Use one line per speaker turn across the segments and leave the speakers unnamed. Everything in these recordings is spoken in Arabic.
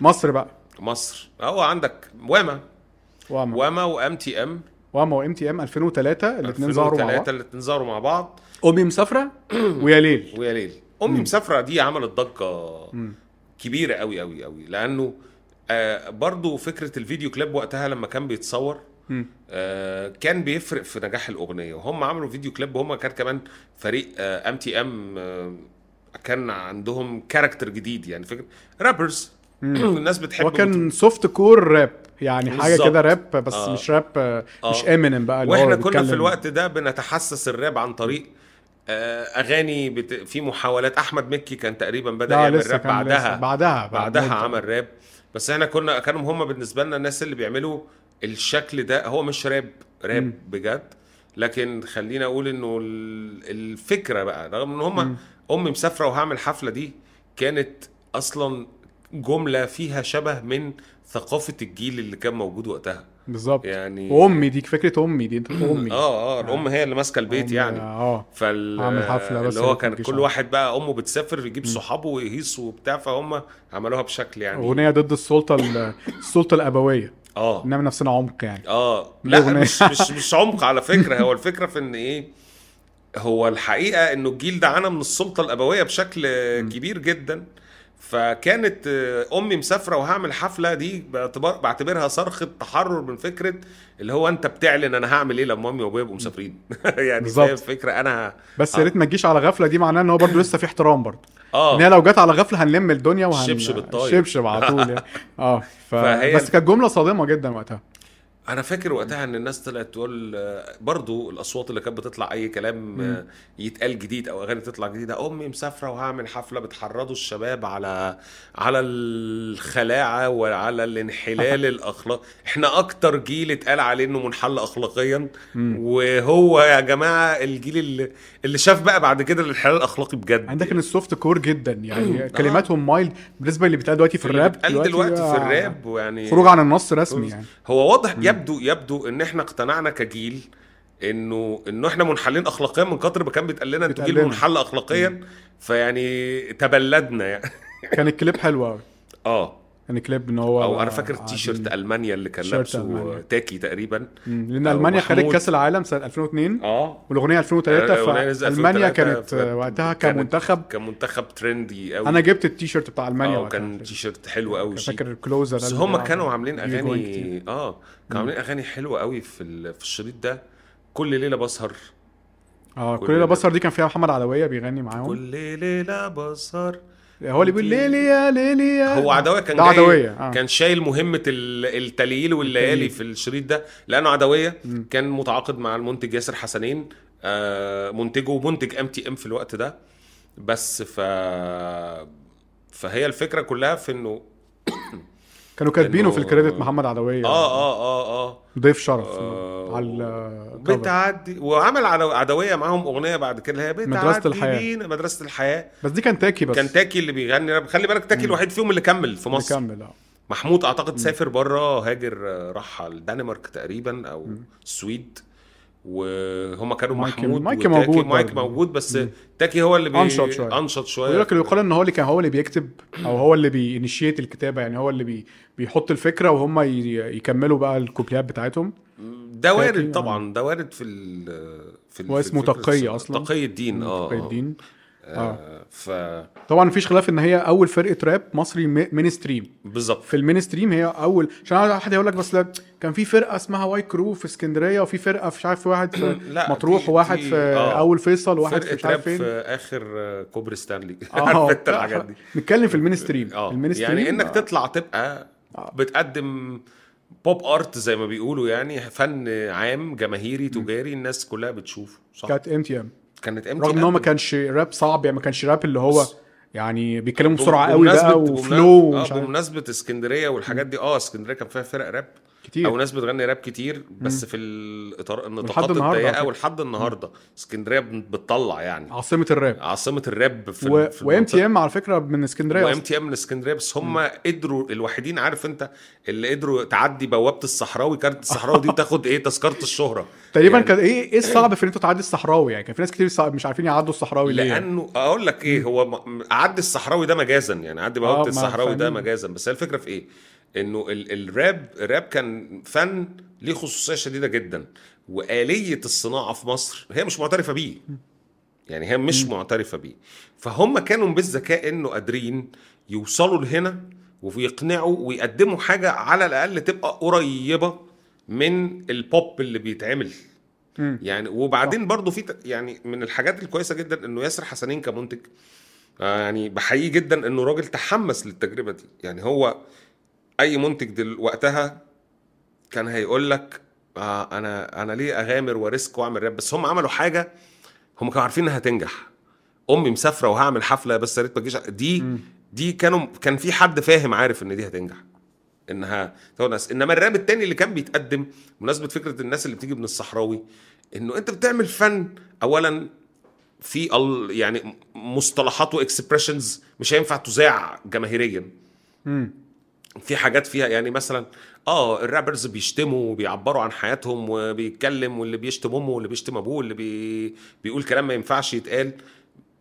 مصر بقى
مصر اهو عندك واما
واما
واما وام تي ام
واما وام تي ام 2003 الاثنين ظهروا مع بعض
ثلاثه الاثنين ظهروا مع بعض
امي مسافره ويا ليل
ويا ليل امي مسافره دي عملت ضجه كبيره قوي قوي قوي لانه آه برضو فكره الفيديو كليب وقتها لما كان بيتصور
مم.
آه كان بيفرق في نجاح الاغنيه وهم عملوا فيديو كليب وهم كان كمان فريق آه، ام تي ام كان عندهم كاركتر جديد يعني فكره رابرز الناس بتحب
وكان سوفت كور راب يعني حاجه
بالظبط.
كده راب بس
آه.
مش راب آه. مش
آه.
امينيم بقى اللي هو
واحنا كنا
بيتكلم-
في الوقت ده بنتحسس الراب عن طريق آه، اغاني بت... في محاولات احمد مكي كان تقريبا بدا
لا
يعمل
لسه
راب
كان لسه.
يعني بعدها
بعدها
بعدها
بعد-
عمل راب بس احنا كنا كانوا هم بالنسبه لنا الناس اللي بيعملوا الشكل ده هو مش راب راب بجد لكن خلينا اقول انه ال- الفكره بقى رغم ان هم امي مسافره وهعمل حفله دي كانت اصلا جمله فيها شبه من ثقافه الجيل اللي كان موجود وقتها
بالظبط
يعني
وامي دي فكره امي دي انت امي
اه اه الام هي اللي ماسكه البيت
آه. أمي،
يعني
اه
فال
عامل حفلة بس
اللي هو
ما
كان
تجيش
كل
عندي.
واحد بقى امه بتسافر يجيب صحابه ويهيص وبتاع فهم عملوها بشكل يعني
اغنيه ضد السلطه ال- السلطه الابويه
اه
انما نفسنا عمق يعني
اه لا
الأغنية.
مش مش مش عمق على فكره هو الفكره في ان ايه هو الحقيقه انه الجيل ده عانى من السلطه الابويه بشكل كبير جدا فكانت آه، امي مسافره وهعمل حفله دي باعتبار بعتبرها صرخه تحرر من فكره اللي هو انت بتعلن انا هعمل ايه لما امي وابويا يبقوا مسافرين يعني
بالظبط.
فاهم الفكره انا ه-
بس يا ريت ما تجيش على غفله دي معناها ان هو برضه لسه في احترام برضه
اه
ان هي لو جت على غفله هنلم الدنيا وهن
الشبشب الطاير.
الشبشب على طول يعني. اه ف...
فهي-
بس كانت جمله صادمه جدا وقتها
انا فاكر وقتها ان الناس طلعت تقول آه، برضو الاصوات اللي كانت بتطلع اي كلام آه، يتقال جديد او اغاني تطلع جديده امي مسافره وهعمل حفله بتحرضوا الشباب على على الخلاعه وعلى الانحلال الاخلاق احنا اكتر جيل اتقال عليه انه منحل اخلاقيا وهو يا جماعه الجيل اللي, اللي شاف بقى بعد كده الانحلال الاخلاقي بجد
عندك ان السوفت كور جدا
آه.
يعني كلماتهم مايلد بالنسبه اللي بيتقال دلوقتي في الراب
قال دلوقتي في
آه،
الراب ويعني
خروج عن النص رسمي يعني
هو واضح يبدو يبدو ان احنا اقتنعنا كجيل انه انه احنا منحلين اخلاقيا من كتر ما كان بيتقال لنا انتوا جيل
بيتقال لنا.
منحل اخلاقيا فيعني تبلدنا يعني
كان الكليب حلو قوي
اه
كان الكليب ان هو
او انا فاكر
قاعدين-
تيشيرت المانيا اللي كان
تيشيرت
لابسه
ألمانيا.
تاكي تقريبا
مم، لان
أو
المانيا خدت
محمود.
كاس العالم سنه 2002
اه
والاغنيه 2003
الأغنية نزلت
فالمانيا
2003
كانت
فكانت-
وقتها
كانت-
كمنتخب
كان منتخب ترندي قوي
انا جبت التيشيرت بتاع المانيا
اه
وقتها.
كان تيشيرت حلو قوي شيك.
فاكر الكلوزر
بس
اللي
هم
بيلعب
كانوا عاملين
بيجيبوا جوان كتير.
اغاني اه كانوا عاملين اغاني حلوه قوي في ال- في الشريط ده كل ليله بسهر
اه
كل
كل ليله
ليلة.
بسهر دي كان فيها محمد علويه بيغني معاهم
كل ليله بسهر
هو اللي بيقول ليلي يا ليلي يا
هو عدويه كان
نعم. ده
جاي
عدوية، آه.
كان شايل مهمه ال- التليل والليالي
التليل.
في الشريط ده لانه عدويه كان متعاقد مع المنتج ياسر حسنين آه، منتجه ومنتج ام تي ام في الوقت ده بس ف فهي الفكره كلها في انه
كانوا كاتبينه في
كانوا-
الكريدت محمد عدويه
اه اه اه اه
ضيف شرف
آه،
على الكفر.
بتعدي وعمل على عدويه معاهم اغنيه بعد كده اللي هي بتعدي
مدرسة الحياة.
بينا مدرسه الحياه
بس دي كان تاكي بس
كان تاكي اللي بيغني راب خلي بالك تاكي الوحيد فيهم اللي كمل في مصر
نكمل اه
محمود اعتقد سافر بره هاجر آه، راح على الدنمارك تقريبا او السويد وهما كانوا
مايكل-
محمود
مايكل
وتاكي-
موجود
مايك
برضه.
موجود بس تاكي هو اللي بي...
أنشط شوية.
انشط
ويقول
شويه
لك يقال ان هو اللي كان هو اللي بيكتب او هو اللي بينشيت الكتابه يعني هو اللي بي بيحط الفكره وهم ي- يكملوا بقى الكوبليات بتاعتهم
ده وارد
تاكي،
طبعا ده وارد في ال... في ال...
هو اسمه
في الفكرة
تقي
الس-
أصلاً.
تقي الدين اه
تقي الدين
آه. ف
طبعا مفيش خلاف ان هي اول فرقه راب مصري مين ستريم
بالظبط
في المين ستريم هي اول عشان حد يقول لك بس لا، كان في فرقه اسمها واي كرو في اسكندريه وفي فرقه في مش عارف واحد في
لا،
مطروح
دي-
وواحد
دي-
في
آه.
اول فيصل وواحد في مش
فرقه راب
عارف
في
فين
اخر آه، كوبري ستانلي
اه
عارف انت الحاجات دي
نتكلم في المين ستريم
اه
المين ستريم
يعني انك تطلع تبقى
آه.
بتقدم بوب ارت زي ما بيقولوا يعني فن عام جماهيري تجاري الناس كلها بتشوفه صح
كانت ام تي ام
كانت ام
رغم ان هو ما كانش راب صعب يعني ما كانش راب اللي هو
بس-
يعني بيتكلموا بسرعه قوي بقى وفلو
آه
ومش عارف
بمناسبه اسكندريه والحاجات دي اه اسكندريه آه، كان فيها فرق راب
كتير.
او ناس بتغني راب كتير بس في الاطار النطاقات
النهاردة
الضيقه
على
ولحد النهارده اسكندريه بتطلع يعني
عاصمه الراب
عاصمه الراب في
و... وام تي ام على فكره من اسكندريه
وام
أصلاً.
تي ام من اسكندريه بس هم قدروا الوحيدين عارف انت اللي قدروا تعدي بوابه الصحراوي كانت الصحراوي دي تاخد ايه تذكره الشهره
تقريبا
يعني-
كان ايه ايه الصعب في ان انت تعدي الصحراوي يعني كان في ناس كتير صع- مش عارفين يعدوا الصحراوي ليه يعني.
لانه اقول لك ايه هو م- اعدي الصحراوي ده مجازا يعني اعدي
آه،
بوابه
ما
الصحراوي ده
فاهمين.
مجازا بس هي الفكره في ايه انه ال الراب الراب كان فن ليه خصوصيه شديده جدا واليه الصناعه في مصر هي مش معترفه بيه يعني هي مش معترفه بيه فهم كانوا بالذكاء انه قادرين يوصلوا لهنا ويقنعوا ويقدموا حاجه على الاقل تبقى قريبه من البوب اللي بيتعمل
مم.
يعني وبعدين برضو في ت- يعني من الحاجات الكويسه جدا انه ياسر حسنين كمنتج آه يعني بحييه جدا انه راجل تحمس للتجربه دي يعني هو اي منتج دل وقتها كان هيقول لك آه انا انا ليه اغامر وريسك واعمل راب بس هم عملوا حاجه هم كانوا عارفين انها تنجح امي مسافره وهعمل حفله بس يا ريت ما تجيش دي دي كانوا كان في حد فاهم عارف ان دي هتنجح انها تقول ناس انما الراب التاني اللي كان بيتقدم بمناسبه فكره الناس اللي بتيجي من الصحراوي انه انت بتعمل فن اولا في ال- يعني مصطلحات واكسبريشنز مش هينفع تذاع جماهيريا
مم.
في حاجات فيها يعني مثلا اه الرابرز بيشتموا وبيعبروا عن حياتهم وبيتكلم واللي بيشتم امه واللي بيشتم ابوه واللي بي... بيقول كلام ما ينفعش يتقال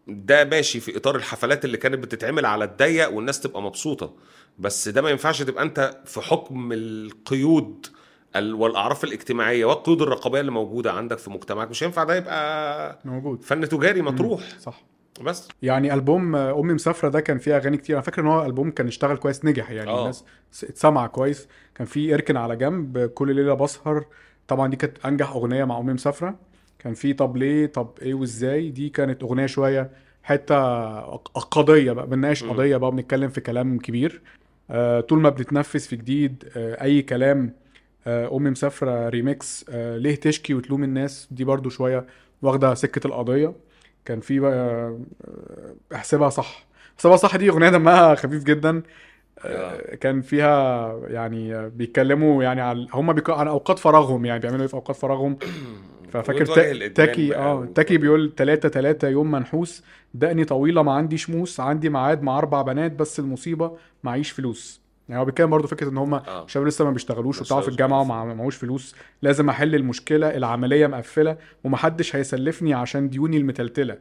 ده ماشي في اطار الحفلات اللي كانت بتتعمل على الضيق والناس تبقى مبسوطه بس ده ما ينفعش تبقى انت في حكم القيود ال- والاعراف الاجتماعيه والقيود الرقابيه اللي موجوده عندك في مجتمعك مش هينفع ده يبقى
موجود
فن تجاري مطروح
صح
بس
يعني البوم آه، امي مسافره ده كان فيه اغاني كتير انا فاكر ان هو البوم كان اشتغل كويس نجح يعني
آه.
أوه. الناس س- اتسمع كويس كان فيه اركن على جنب كل ليله بسهر طبعا دي كانت انجح اغنيه مع امي مسافره كان فيه طب ليه طب ايه وازاي دي كانت اغنيه شويه حته ق- قضيه بقى بنناقش
مم.
قضيه بقى بنتكلم في كلام كبير آه، طول ما بنتنفس في جديد آه، اي كلام آه، امي مسافره ريميكس آه، ليه تشكي وتلوم الناس دي برضو شويه واخده سكه القضيه كان في بقى آه، احسبها صح احسبها صح دي اغنيه دمها خفيف جدا آه، كان فيها يعني آه، بيتكلموا يعني على هم بيك... عن اوقات فراغهم يعني بيعملوا ايه في اوقات فراغهم ففاكر
وتواجه
تا-
الإدمان
تاكي
بقى
اه
وتواجه-
تاكي بيقول تلاتة تلاتة يوم منحوس دقني طويله ما عندي شموس عندي ميعاد مع اربع بنات بس المصيبه معيش فلوس يعني هو بيتكلم برضه فكره ان هم
اه
الشباب لسه ما بيشتغلوش
ما
وبتاعوا في
بيشتغلوش
الجامعه
خالص.
وما معهوش فلوس لازم احل المشكله العمليه مقفله ومحدش هيسلفني عشان ديوني المتلتله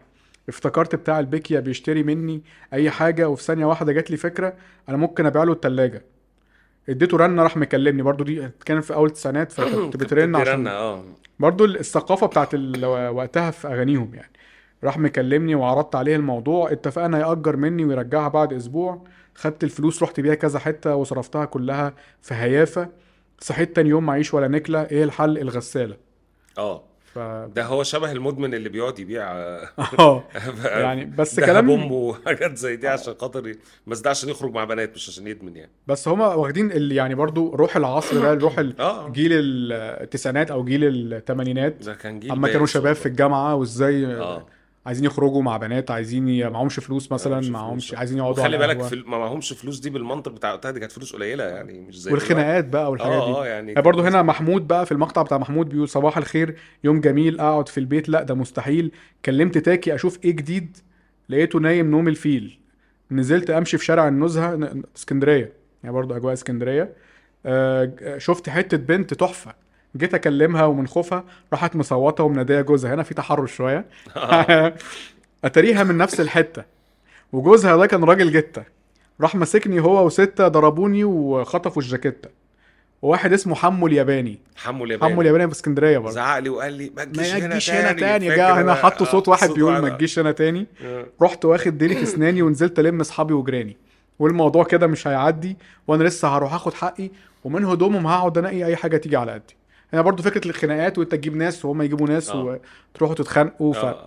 افتكرت بتاع البيكيا بيشتري مني اي حاجه وفي ثانيه واحده جات لي فكره انا ممكن ابيع له الثلاجه اديته رنه راح مكلمني برضو دي كان في اول التسعينات فكنت
كنت
بترن عشان
بترن، اه
برضو الثقافة بتاعت ال- وقتها في أغانيهم يعني راح مكلمني وعرضت عليه الموضوع اتفقنا يأجر مني ويرجعها بعد أسبوع خدت الفلوس رحت بيها كذا حتة وصرفتها كلها في هيافة صحيت تاني يوم معيش ولا نكلة ايه الحل الغسالة
اه
ف...
ده هو شبه المدمن اللي بيقعد يبيع آه،
اه يعني بس
دهب
كلام آه.
بومب وحاجات زي دي عشان خاطر ي- بس ده عشان يخرج مع بنات مش عشان يدمن يعني
بس هما واخدين اللي يعني برضو روح العصر ده روح ال-
اه
جيل التسعينات او جيل الثمانينات
ده كان جيل
اما كانوا
بايخ
شباب في
والله.
الجامعه وازاي
اه
عايزين يخرجوا مع بنات عايزين ي... معهمش فلوس مثلا
معهمش فلوس.
معهمش عايزين يقعدوا
وخلي
على
بالك
القهوة.
في ما معهمش فلوس دي بالمنطق بتاع وقتها دي كانت فلوس قليله يعني مش زي
والخناقات بقى
دلوقتي.
والحاجات دي
اه اه يعني
يعني برضه
كان-
هنا محمود بقى في المقطع بتاع محمود بيقول صباح الخير يوم جميل اقعد في البيت لا ده مستحيل كلمت تاكي اشوف ايه جديد لقيته نايم نوم الفيل نزلت امشي في شارع النزهه ن- اسكندريه يعني برضه اجواء اسكندريه آه، ج- شفت حته بنت تحفه جيت اكلمها ومن خوفها راحت مصوته ومناديه جوزها هنا في تحرش شويه اتاريها من نفس الحته وجوزها ده كان راجل جته راح ماسكني هو وستة ضربوني وخطفوا الجاكيتة وواحد اسمه حمو الياباني
حمو
حمو
الياباني
الياباني في اسكندرية برضه
زعق لي وقال لي ما تجيش
ما
هنا
تجيش
تاني
هنا تاني
فاكر
جا هنا
انا؟
حطوا
آه،
صوت واحد
صوت
بيقول ما
واحد.
تجيش هنا تاني
آه.
رحت واخد ديلي في اسناني ونزلت الم اصحابي وجيراني والموضوع كده مش هيعدي وانا لسه هروح اخد حقي ومن هدومهم هقعد انقي اي حاجه تيجي على قدي هنا برضو فكره الخناقات وانت تجيب ناس وهم يجيبوا ناس
آه.
وتروحوا تتخانقوا ف...
آه.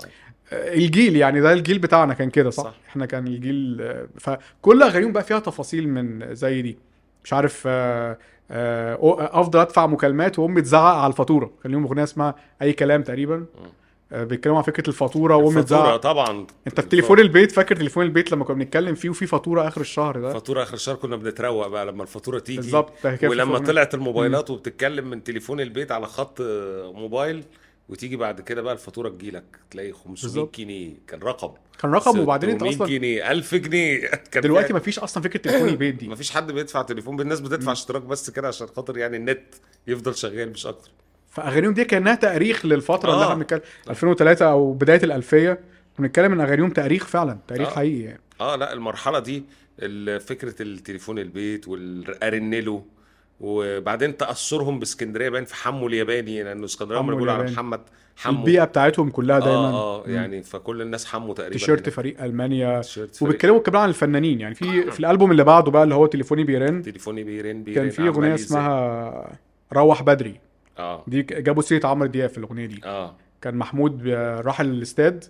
الجيل يعني ده الجيل بتاعنا كان كده صح؟,
صح.
صح احنا كان الجيل آه، فكل اغانيهم بقى فيها تفاصيل من زي دي مش عارف آه، آه، أو- افضل ادفع مكالمات وامي تزعق على الفاتوره كان ليهم اغنيه اسمها اي كلام تقريبا آه، بيتكلموا عن فكره الفاتوره وامي
فاتوره
تزعق
طبعا
انت التليفون البيت فاكر تليفون البيت لما كنا بنتكلم فيه وفي فاتوره اخر الشهر ده
فاتوره اخر الشهر كنا بنتروق بقى لما الفاتوره تيجي
بالظبط ده حكاية
ولما
الفاتورة.
طلعت الموبايلات وبتتكلم من تليفون البيت على خط آه، موبايل وتيجي بعد كده بقى الفاتوره تجيلك تلاقي 500
بالظبط.
جنيه كان رقم
كان رقم وبعدين انت
600
اصلا
جنيه 1000 جنيه كان
دلوقتي
ما
مفيش اصلا فكره تليفون البيت دي
مفيش حد بيدفع تليفون الناس بتدفع اشتراك بس كده عشان خاطر يعني النت يفضل شغال مش اكتر
فاغانيهم دي كانها تاريخ للفتره اللي
آه.
احنا بنتكلم 2003 او بدايه الالفيه بنتكلم ان اغانيهم تاريخ فعلا تاريخ
آه.
حقيقي يعني
اه لا المرحله دي ال- فكره التليفون البيت والارنلو وبعدين تاثرهم باسكندريه باين في حمو الياباني لانه اسكندريه هم
حمو
بيقولوا على
الياباني.
محمد حمو
البيئه بتاعتهم كلها دايما
اه اه
مم.
يعني فكل الناس حمو تقريبا
تيشيرت
هناك.
فريق المانيا
تيشيرت فريق. آه.
وبيتكلموا كمان عن الفنانين يعني في في الالبوم اللي بعده بقى اللي هو تليفوني بيرن
تليفوني بيرن بيرن
كان في
عمال
اغنيه
يزن.
اسمها روح بدري
اه
دي ك- جابوا سيره عمرو دياب في الاغنيه دي
اه
كان محمود بي- راح الاستاد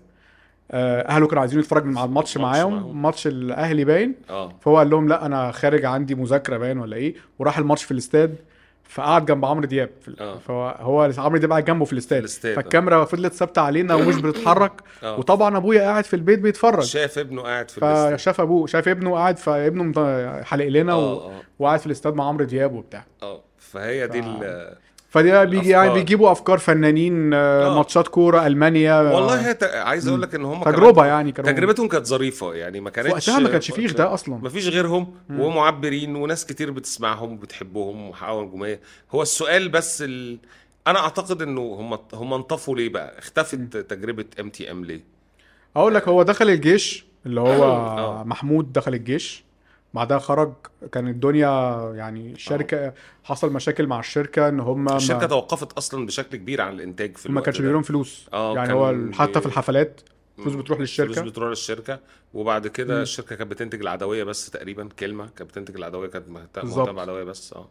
آه، اهله كانوا عايزين يتفرج مع الماتش
ماتش معاهم.
معاهم ماتش الاهلي باين
اه
فهو قال لهم لا انا خارج عندي مذاكره باين ولا ايه وراح الماتش في الاستاد فقعد جنب عمرو دياب في ال-
آه.
فهو هو عمرو دياب قاعد جنبه في الاستاد
الاستاد، آه.
فالكاميرا فضلت ثابته علينا ومش بتتحرك
آه.
وطبعا ابويا قاعد في البيت بيتفرج
شاف ابنه قاعد في الاستاد
فشاف ابوه شاف ابنه قاعد فابنه مط- حلق لنا
اه
و...
اه
وقاعد في الاستاد مع عمرو دياب وبتاع
اه فهي دي ال
فده بيجي يعني
الأفكار.
بيجيبوا افكار فنانين آه،
آه.
ماتشات كوره المانيا آه،
والله هي ت- عايز اقول لك ان هم
تجربه يعني كانوا
تجربتهم كانت ظريفه يعني ما
في
كانتش
وقتها ما كانش فيه ده اصلا
مفيش غيرهم ومعبرين وناس كتير بتسمعهم وبتحبهم وحققوا نجوميه هو السؤال بس ال... انا اعتقد انه هم هم انطفوا ليه بقى اختفت تجربه ام تي ام ليه
اقول لك هو دخل الجيش اللي
آه.
هو محمود دخل الجيش بعدها خرج كان الدنيا يعني
آه.
الشركه حصل مشاكل مع الشركه ان هم آه، ما-
الشركه توقفت اصلا بشكل كبير عن الانتاج في
ما
الوقت
كانش
ده.
بيجيلهم فلوس
آه،
يعني
كان
هو حتى
بي-
في الحفلات فلوس
مم.
بتروح
فلوس
للشركه
بتروح للشركه وبعد كده
مم.
الشركه كانت بتنتج العدويه بس تقريبا كلمه كانت بتنتج العدويه كانت مهت-
بالظبط.
مهتمه بالعدويه بس اه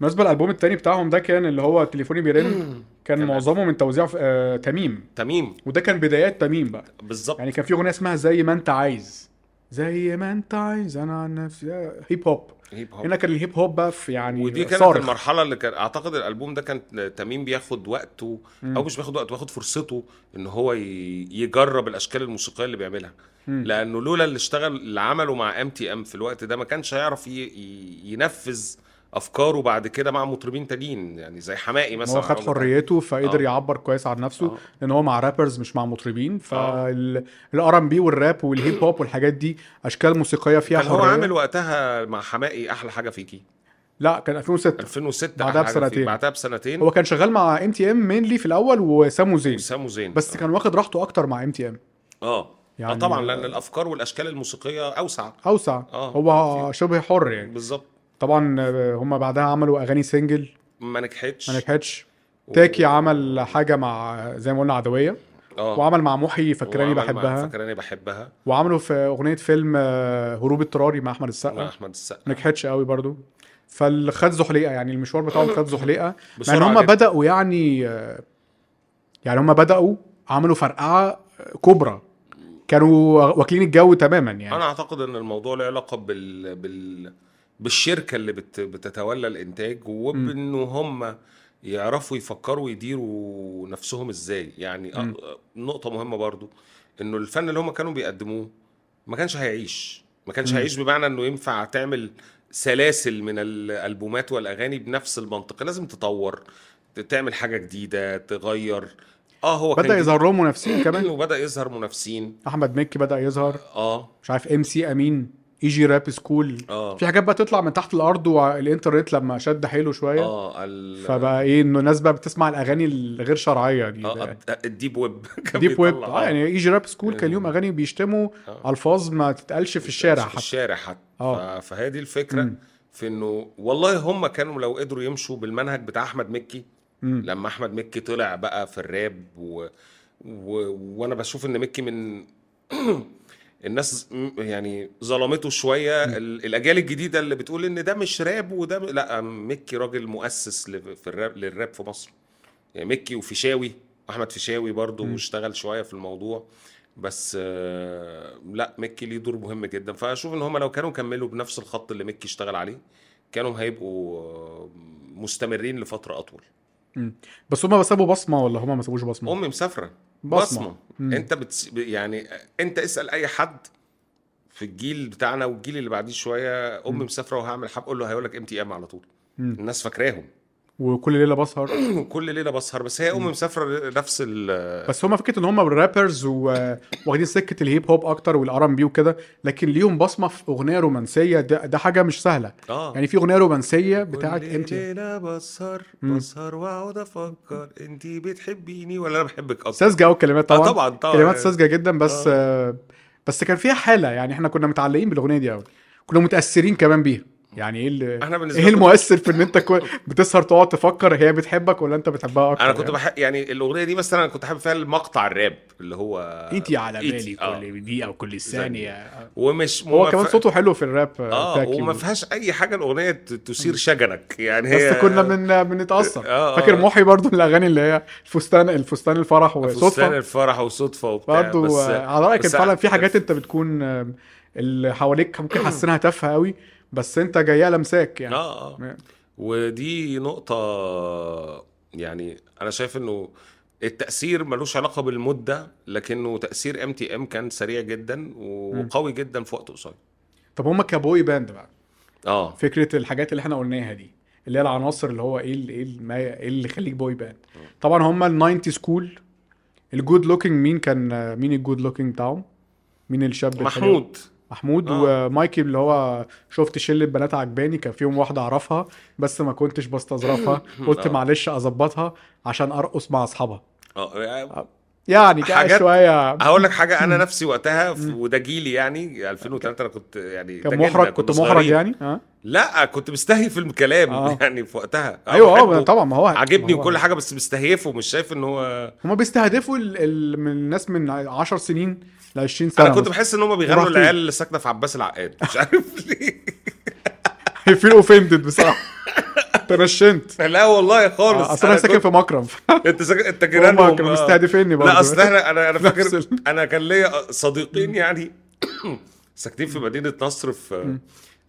بالنسبه للالبوم التاني بتاعهم ده كان اللي هو تليفوني بيرن كان
كان-
معظمه من توزيع في- آه تميم
تميم
وده كان بدايات تميم بقى
بالظبط
يعني كان في اغنيه اسمها زي ما انت عايز زي ما انت عايز انا عن نفسي آه، هيب هوب
هيب هوب
هنا كان الهيب هوب بقى في يعني
ودي كانت
صارخ.
المرحله اللي كان اعتقد الالبوم ده كان تميم بياخد وقته او مش بياخد وقته بياخد فرصته ان هو ي- يجرب الاشكال الموسيقيه اللي بيعملها لانه لولا اللي اشتغل اللي عمله مع ام تي ام في الوقت ده ما كانش هيعرف ي- ي- ينفذ افكاره بعد كده مع مطربين تانيين يعني زي حماقي
ان
مثلا
هو خد
أو بتاع.
حريته فقدر
آه.
يعبر كويس عن نفسه
آه.
لان هو مع رابرز مش مع مطربين
آه.
فالار ام بي والراب والهيب هوب والحاجات دي اشكال موسيقيه فيها
كان هو
حريه
عامل وقتها مع حماقي احلى حاجه فيكي
لا كان 2006
2006
بعدها
أحلى حاجة فيكي.
بسنتين.
بعدها بسنتين
هو كان شغال مع ام تي ام مينلي في الاول وسامو زين
وسامو زين
بس
آه.
كان واخد راحته اكتر مع ام تي ام
اه يعني
يعني-
طبعا لان الافكار والاشكال الموسيقيه اوسع
اوسع
آه.
هو شبه حر يعني
بالظبط
طبعا آه، هم بعدها عملوا اغاني سنجل
ما نجحتش
ما نجحتش تاكي عمل حاجه مع زي ما قلنا عدويه
اه
وعمل مع محي فكراني
وعمل مع
بحبها
فكراني بحبها
وعملوا في اغنيه فيلم آه، هروب اضطراري مع احمد
مع
السقا
احمد السقا
نجحتش قوي برضو فخد زحليقه يعني المشوار بتاعهم خد زحليقه مع ان
بسرعة
هم
جدا.
بداوا يعني آه، يعني هم بداوا عملوا فرقعه كبرى كانوا واكلين الجو تماما يعني
انا اعتقد ان الموضوع له علاقه بال... بال بالشركه اللي بت... بتتولى الانتاج وبانه هم يعرفوا يفكروا ويديروا نفسهم ازاي يعني أ... نقطه مهمه برضو انه الفن اللي هم كانوا بيقدموه ما كانش هيعيش ما كانش هيعيش بمعنى انه ينفع تعمل سلاسل من الالبومات والاغاني بنفس المنطق لازم تطور ت- تعمل حاجه جديده تغير اه هو كان
بدا
جديد
يظهر لهم منافسين كمان
وبدا يظهر منافسين
احمد مكي بدا يظهر
اه
مش عارف ام سي امين اي جي راب سكول
اه
في حاجات بقى تطلع من تحت الارض والانترنت لما شد حيله شويه
اه ال...
فبقى ايه انه الناس بقى بتسمع الاغاني الغير شرعيه دي
اه الد- الديب ويب كان
ديب ويب
بيطلع-
اه يعني اي جي راب سكول كان ليهم اغاني بيشتموا
آه.
الفاظ ما تتقالش في الشارع
في
حتى
الشارع حتى
آه.
ف- فهي دي الفكره
مم.
في انه والله هم كانوا لو قدروا يمشوا بالمنهج بتاع احمد مكي
امم.
لما احمد مكي طلع بقى في الراب و... و... وانا بشوف ان مكي من الناس م- يعني ظلمته شويه ال- الاجيال الجديده اللي بتقول ان ده مش راب وده م... لا مكي راجل مؤسس ل... في الراب للراب في مصر يعني مكي وفيشاوي احمد فيشاوي برضو اشتغل شويه في الموضوع بس آه، لا مكي ليه دور مهم جدا فاشوف ان هم لو كانوا كملوا بنفس الخط اللي مكي اشتغل عليه كانوا هيبقوا آه، مستمرين لفتره اطول
بس هما سابوا بصمه ولا هما ما سابوش بصمه
امي مسافره بصمه
مم.
انت بتس... يعني انت اسال اي حد في الجيل بتاعنا والجيل اللي بعديه شويه امي مسافره وهعمل حب قول له هيقول لك ام تي ام على طول
مم.
الناس فاكراهم
وكل ليله بسهر
كل ليله بسهر بس هي امي مسافره نفس ال
بس هما فكره ان هما رابرز واخدين سكه الهيب هوب اكتر والار ام بي وكده لكن ليهم بصمه في اغنيه رومانسيه ده, ده حاجه مش سهله
اه
يعني في اغنيه رومانسيه بتاعت
كل
امتى
ليله بسهر
مم.
بسهر واقعد افكر انت بتحبيني ولا انا بحبك اصلا
ساذجه قوي الكلمات
آه،
طبعا
طبعا طبعا
كلمات
يعني.
ساذجه جدا بس آه. بس كان فيها حاله يعني احنا كنا متعلقين بالاغنيه دي قوي كنا متاثرين كمان بيها يعني ايه اللي
احنا بالنسبه
ايه
لنا
المؤثر في ان انت كو... بتسهر تقعد تفكر هي بتحبك ولا انت بتحبها اكتر
انا كنت
يعني.
بحب يعني الاغنيه دي مثلا انا كنت حابب فيها المقطع الراب اللي هو
ايدي على بالي
إيدي، آه.
كل دقيقه وكل ثانيه
ومش
هو
وما
كمان
ف-
صوته حلو في الراب آه،
اه
بتاعك
وما
يقول.
فيهاش اي حاجه الاغنيه ت- تثير شجنك يعني هي
بس كنا بن بنتاثر
آه، آه.
فاكر محي برضو من الاغاني اللي هي الفستان الفستان الفرح
آه، فستان
وصدفه
الفرح وصدفه وبتاع
برضو
بس
آه، على رايك
بس
كان فعلا في حاجات انت بتكون آه، اللي حواليك ممكن حاسينها تافهه قوي بس انت جايه لمساك يعني
اه اه ودي نقطه يعني انا شايف انه التأثير ملوش علاقة بالمدة لكنه تأثير ام تي ام كان سريع جدا وقوي جدا في وقت قصير.
طب هما كبوي باند بقى
اه
فكره الحاجات اللي احنا قلناها دي اللي هي العناصر اللي هو ايه اللي ايه اللي, ما- إيه اللي يخليك بوي باند طبعا هما الناينتي سكول الجود لوكينج مين كان آه، مين الجود لوكينج بتاعهم مين الشاب الحلو؟
محمود
محمود
آه.
ومايكي اللي هو شفت شله بنات عجباني كان فيهم واحده اعرفها بس ما كنتش بستظرفها قلت
آه.
معلش اظبطها عشان ارقص مع اصحابها
اه
يعني كان
حاجات-
شويه
هقول لك حاجه انا نفسي وقتها في- وده جيلي يعني 2003 انا كنت يعني
كان
ده جيلنا،
محرج
كنا
كنت محرج
صغيرين.
يعني اه
لا كنت مستهي في الكلام
آه.
يعني في وقتها أنا
ايوه اه
بحبه،
طبعا ما هو
عاجبني
ما هو-
وكل حاجه بس مستهيفه مش شايف ان هو
هما بيستهدفوا ال... ال... من الناس من 10 سنين ل 20 سنه
انا كنت
مثلاً.
بحس ان هم بيغنوا
وراح
العيال اللي ساكنه في عباس العقاد مش عارف ليه
هيفيل اوفندد بصراحه ترشنت
لا والله خالص
آه، اصل انا ساكن
كنت-
في مكرم
انت ساكن انت
هما
جيرانهم
كانوا
آه.
مستهدفيني برضه
لا اصل احنا انا انا
نفس
فاكر
ال-
انا كان ليا صديقين يعني ساكنين في مدينه نصر في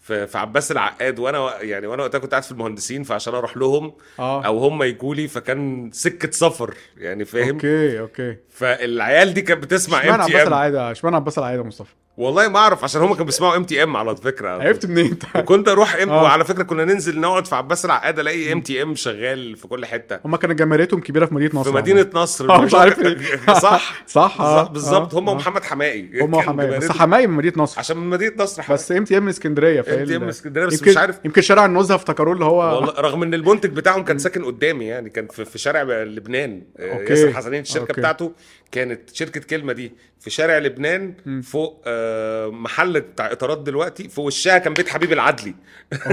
في, في عباس العقاد وانا يعني وانا وقتها كنت قاعد في المهندسين فعشان اروح لهم
اه
او هم يجوا لي فكان سكه سفر يعني فاهم
اوكي اوكي
فالعيال دي كانت بتسمع
اشمعنى
ام
عباس
تي ام
العايده اشمعنى عباس العايده يا مصطفى
والله ما اعرف عشان هم كانوا بيسمعوا ام تي ام على فكره
عرفت منين انت
وكنت اروح ام
آه.
وعلى فكره كنا ننزل نقعد في عباس العقاد الاقي ام تي ام شغال في كل حته
هما كانت جماهيريتهم كبيره في مدينه
في
نصر
مدينه نصر
عموماً. اه مش عارف ليه
صح
صح آه،
بالظبط- بالظبط
آه،
هم
آه.
ومحمد حمائي
هما
كان
وحماية بس
جماهيريتهم-
حماية من مدينه نصر
عشان من مدينه نصر حمائي.
بس ام تي ام من اسكندريه فاهم
ام تي ام اسكندريه بس
يمكن
مش عارف
يمكن شارع النزهه افتكروا اللي هو
والله رغم ان المنتج بتاعهم كان ساكن قدامي يعني كان في, في شارع لبنان آه،
أوكي.
ياسر حسنين الشركه
أوكي.
أوكي. بتاعته كانت شركه كلمه دي في شارع لبنان
مم.
فوق آه، محل بتاع اطارات دلوقتي في وشها كان بيت حبيب العدلي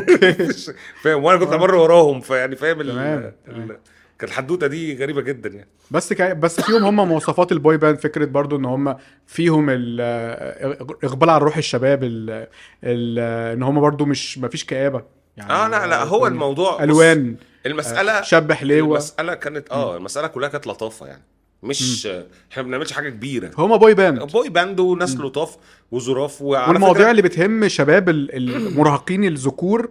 فاهم وانا كنت امر وراهم فيعني فاهم ال-
تمام،
ال- كانت الحدوته دي غريبه جدا يعني
بس كا... بس فيهم هم مواصفات البوي باند فكره برضو ان هم فيهم ال... آه، اقبال على روح الشباب ال... ال... ان هم برضو مش ما فيش كآبه يعني
اه لا لا هو
آه،
الموضوع بص،
الوان
المساله
شاب حليوه
المساله كانت اه المساله كلها كانت لطافه يعني مش احنا ما بنعملش حاجه كبيره
هما بوي باند
بوي باند وناس لطاف وظراف وعلى
والمواضيع
فكرة-
اللي بتهم شباب ال- المراهقين الذكور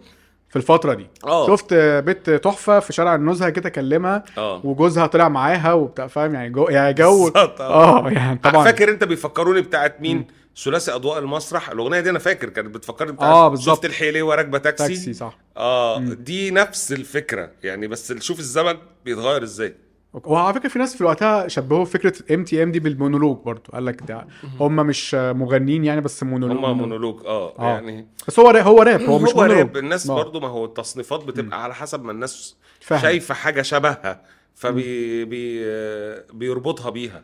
في الفترة دي
اه
شفت بنت تحفة في شارع النزهة كده كلمها
اه
وجوزها طلع معاها وبتاع فاهم يعني جو يعني جو
بالظبط، آه.
اه يعني طبعا
فاكر انت بيفكروني بتاعت مين ثلاثي اضواء المسرح الاغنيه دي انا فاكر كانت بتفكرني بتاعت
آه، بالظبط.
شفت الحيليه وراكبه تاكسي,
تاكسي صح
اه
مم.
دي نفس الفكره يعني بس شوف الزمن بيتغير ازاي
أوكي. وعلى فكره في ناس في وقتها شبهوا فكره ام تي ام دي بالمونولوج برضو قال لك ده هم مش مغنيين يعني بس مونولوج
هما مونولوج اه,
آه.
يعني
بس هو راب هو راب هو مش
هو راب
مونولوج
الناس
آه.
برضو ما هو التصنيفات بتبقى على حسب ما الناس
فاهم.
شايفه حاجه شبهها فبي بي آه، بيربطها بيها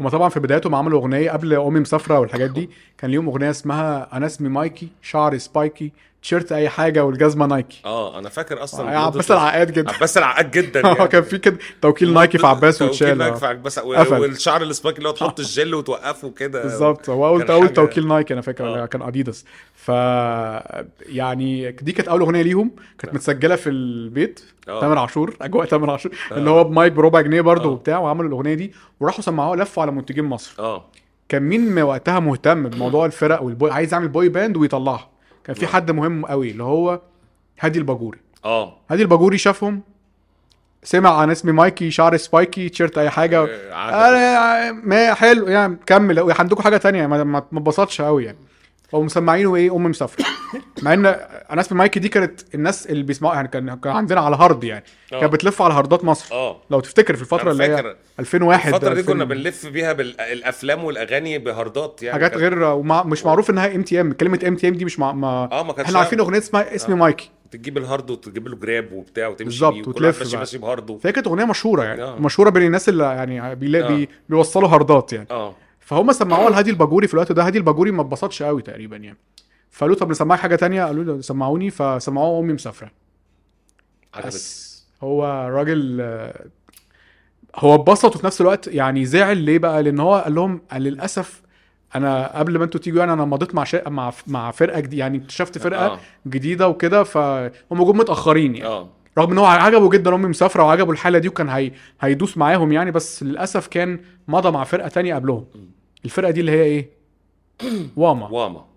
هما طبعا في بدايتهم عملوا اغنيه قبل امي مسافره والحاجات دي
آه.
كان ليهم اغنيه اسمها انا اسمي مايكي شعري سبايكي تيشيرت اي حاجه والجزمه نايكي
اه انا فاكر اصلا
آه،
برضو
عباس العقاد جدا
عباس العقاد جدا
هو
يعني.
آه، كان في كده توكيل نايكي في عباس
توكيل
وتشال
نايك في
آه.
عباس
قفل. آه.
والشعر السبايك اللي هو تحط الجل وتوقفه كده
بالظبط هو اول
كان
اول
حاجة-
توكيل نايكي انا فاكر
آه.
كان اديداس ف يعني دي كانت اول اغنيه ليهم كانت متسجله في البيت
آه.
تامر عاشور اجواء تامر عاشور اللي هو بمايك بربع جنيه برضه وبتاع وعملوا الاغنيه دي وراحوا سمعوها لفوا على منتجين مصر
اه
كان مين م- وقتها مهتم بموضوع الفرق والبوي عايز يعمل بوي باند ويطلعها كان
آه.
في حد مهم قوي اللي هو هادي الباجوري
اه
هادي الباجوري شافهم سمع عن اسمي مايكي شعر سبايكي تيشيرت اي حاجه
آه، عادة.
انا ما حلو يعني كمل هو عندكم حاجه تانية ما ما ما اتبسطش قوي يعني هو مسمعينه ايه امي مسافره مع ان انا اسمي مايكي دي كانت الناس اللي بيسمعوا يعني كان كان عندنا على هارد يعني
آه.
كانت بتلف على هاردات مصر
اه
لو تفتكر في الفتره
أنا
اللي هي
فاكر
2001
الفترة دي
2000
كنا بنلف بيها بالافلام والاغاني بهاردات يعني
حاجات
كانت-
غير ومع مش معروف انها ام تي ام كلمه ام تي ام دي مش مع ما
اه ما كانتش آه.
احنا عارفين اغنيه اسمها اسمي مايكي
تجيب الهارد وتجيب له جراب وبتاع وتمشي
بالظبط،
بيه
وتلف
وتلف ماشي
بقى.
ماشي بهارده
فهي كانت اغنيه مشهوره يعني
آه.
مشهوره بين الناس اللي يعني بيلا- بي...
آه.
بيوصلوا هاردات يعني
اه
فهم سمعوها لهادي الباجوري في الوقت ده هادي الباجوري ما اتبسطش قوي تقريبا يعني فقالوا طب نسمعك حاجه تانية قالوا له سمعوني فسمعوها امي مسافره
عجبت
بس هو راجل آه، هو اتبسط وفي نفس الوقت يعني زعل ليه بقى لان هو قال لهم قال للاسف انا قبل ما انتوا تيجوا يعني انا مضيت مع شيء مع مع فرقه جديده يعني اكتشفت فرقه
آه.
جديده وكده فهم جم متاخرين يعني
اه
رغم ان هو عجبه جدا امي مسافره وعجبه الحاله دي وكان هي... هيدوس معاهم يعني بس للاسف كان مضى مع فرقه تانية قبلهم الفرقه دي اللي هي ايه إيه؟ واما
واما